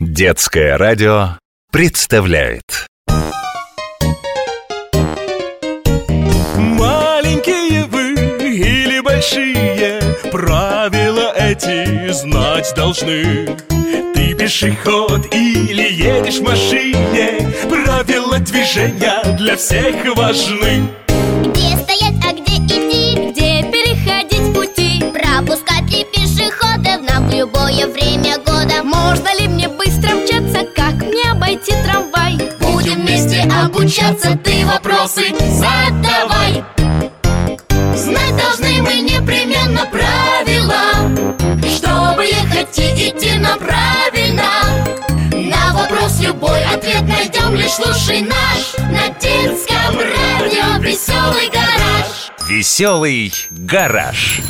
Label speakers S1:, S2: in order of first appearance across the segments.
S1: Детское радио представляет
S2: Маленькие вы или большие Правила эти знать должны Ты пешеход или едешь в машине Правила движения для всех важны
S3: Где стоять, а где идти, где переходить пути Пропускать ли пешеходов нам в любое время года Можно ли мне быстро мчаться, как мне обойти трамвай Будем вместе обучаться, ты вопросы задавай Знать должны мы непременно правила Чтобы ехать и идти нам правильно На вопрос любой ответ найдем лишь слушай наш На детском радио веселый гараж
S1: Веселый гараж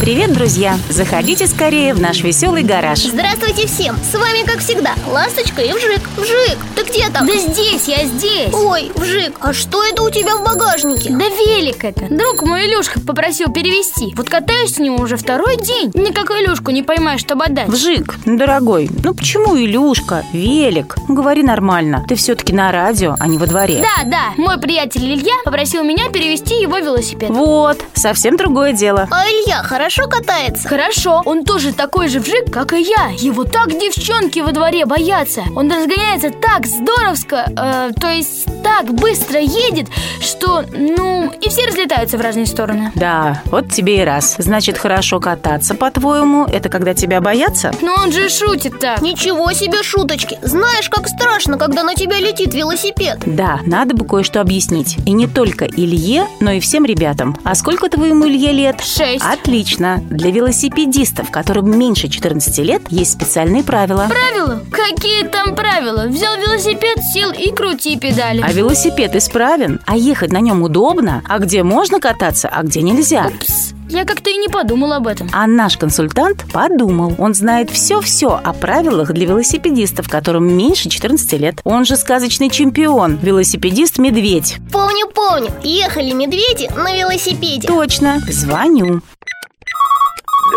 S4: Привет, друзья! Заходите скорее в наш веселый гараж.
S5: Здравствуйте всем! С вами, как всегда, Ласточка и Вжик. Вжик, ты где там?
S6: Да здесь я, здесь
S5: Ой, Вжик, а что это у тебя в багажнике?
S6: Да велик это Друг мой Илюшка попросил перевести Вот катаюсь с ним уже второй день Никак Илюшку не поймаешь, чтобы отдать
S4: Вжик, дорогой, ну почему Илюшка, велик? Ну, Говори нормально, ты все-таки на радио, а не во дворе.
S6: Да, да, мой приятель Илья попросил меня перевести его велосипед
S4: Вот, совсем другое дело.
S5: А Илья хорошо катается?
S6: Хорошо, он тоже такой же вжик, как и я Его так девчонки во дворе боятся Он разгоняется так здоровско, э, то есть так быстро едет Что, ну, и все разлетаются в разные стороны
S4: Да, вот тебе и раз. Значит, хорошо кататься, по-твоему, это когда тебя боятся?
S6: Но он же шутит так
S5: Ничего себе шуточки! Знаешь, как страшно, когда на тебя летит велосипед
S4: Да, надо бы кое-что объяснить. И не только Илье, но и всем ребятам. А сколько твоему Илье лет?
S6: Шесть
S4: Отлично. Для велосипедистов, которым меньше 14 лет, есть специальные правила.
S6: Правила? Какие там правила? Взял велосипед, сел и крути педали.
S4: А велосипед исправен, а ехать на нем удобно, а где можно кататься, а где нельзя.
S6: Упс, я как-то и не подумал об этом.
S4: А наш консультант подумал. Он знает все-все о правилах для велосипедистов, которым меньше 14 лет. Он же сказочный чемпион, велосипедист-медведь.
S5: Помню, помню, ехали медведи на велосипеде
S4: Точно, звоню.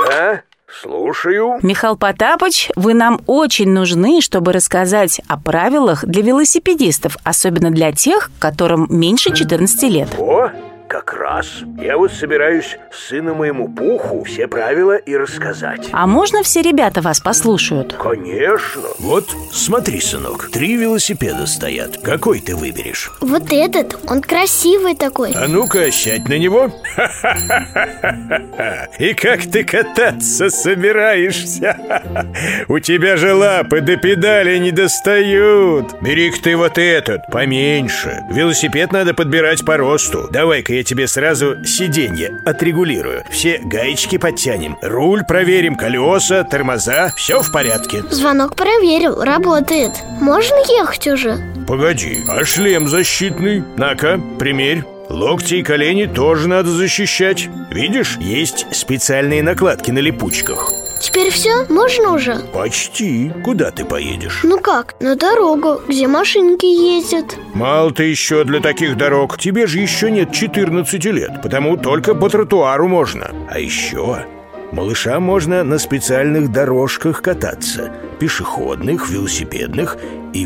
S7: Да, слушаю.
S4: Михаил Потапыч, вы нам очень нужны, чтобы рассказать о правилах для велосипедистов, особенно для тех, которым меньше 14 лет.
S7: О, как раз. Я вот собираюсь сыну моему Пуху все правила и рассказать.
S4: А можно все ребята вас послушают?
S7: Конечно.
S8: Вот, смотри, сынок, три велосипеда стоят. Какой ты выберешь?
S5: Вот этот, он красивый такой
S8: А ну-ка, сядь на него. Ха-ха-ха-ха-ха. И как ты кататься собираешься? У тебя же лапы до педали не достают. Бери-ка ты вот этот, поменьше. Велосипед надо подбирать по росту. Давай-ка я тебе сразу сиденье отрегулирую. Все гаечки подтянем. Руль проверим, колеса, тормоза. Все в порядке.
S5: Звонок проверил, работает Можно ехать уже?
S8: Погоди, а шлем защитный? На-ка, примерь. Локти и колени тоже надо защищать. Видишь, есть специальные накладки на липучках.
S5: Теперь все? Можно уже?
S8: Почти. Куда ты поедешь?
S5: Ну как, на дорогу, где машинки ездят
S8: Мало ты еще для таких дорог. Тебе же еще нет 14 лет, потому только по тротуару можно. А еще... Малышам можно на специальных дорожках кататься Пешеходных, велосипедных и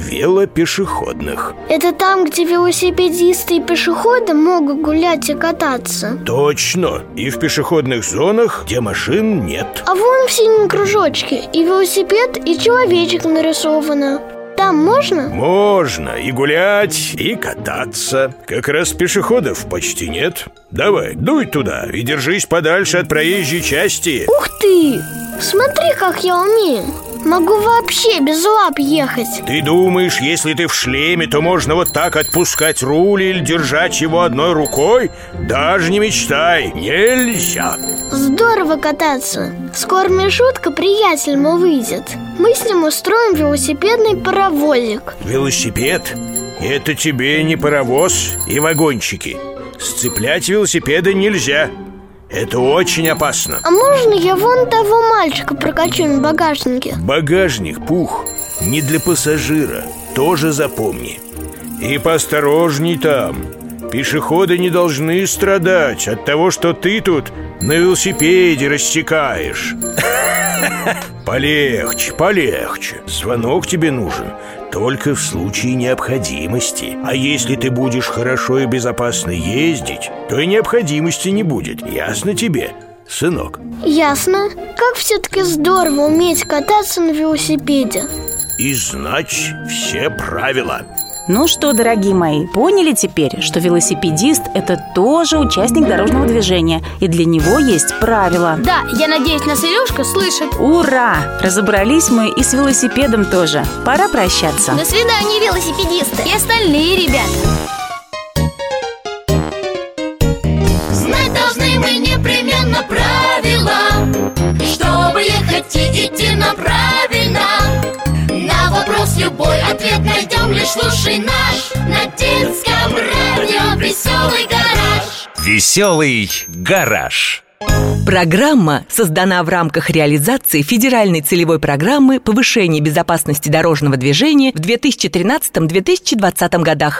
S8: велопешеходных
S5: Это там, где велосипедисты и пешеходы могут гулять и кататься
S8: Точно. И в пешеходных зонах, где машин нет.
S5: А вон в синем кружочке и велосипед, и человечек нарисовано Там можно?
S8: Можно и гулять, и кататься. Как раз пешеходов почти нет. Давай, дуй туда и держись подальше от проезжей части.
S5: Ух ты! Смотри, как я умею Могу вообще без лап ехать
S8: Ты думаешь, если ты в шлеме, то можно вот так отпускать руль или держать его одной рукой? Даже не мечтай, нельзя.
S5: Здорово кататься Скоро Мишутка, приятель мой, выйдет Мы с ним устроим велосипедный паровозик
S8: Велосипед – это тебе не паровоз и вагончики. Сцеплять велосипеды нельзя. Это очень опасно.
S5: А можно я вон того мальчика прокачу на багажнике?
S8: Багажник, пух, не для пассажира, тоже запомни. И поосторожней там. Пешеходы не должны страдать от того, что ты тут на велосипеде рассекаешь. Полегче, полегче. Звонок тебе нужен только в случае необходимости. А если ты будешь хорошо и безопасно ездить, то и необходимости не будет. Ясно тебе, сынок?
S5: Ясно. Как все-таки здорово уметь кататься на велосипеде.
S8: И знать все правила.
S4: Ну что, дорогие мои, поняли теперь, что велосипедист – это тоже участник дорожного движения, и для него есть правила.
S9: Да, я надеюсь, нас Илюшка слышит
S4: Ура! Разобрались мы и с велосипедом тоже. Пора прощаться.
S6: До свидания, велосипедисты
S9: и остальные ребята
S6: Знать должны мы непременно правила Чтобы ехать и идти нам правильно На вопрос любой ответ найдем лишь слушай наш На детском радио «Веселый гараж»
S2: Веселый гараж.
S10: Программа создана в рамках реализации федеральной целевой программы повышения безопасности дорожного движения в 2013-2020 годах.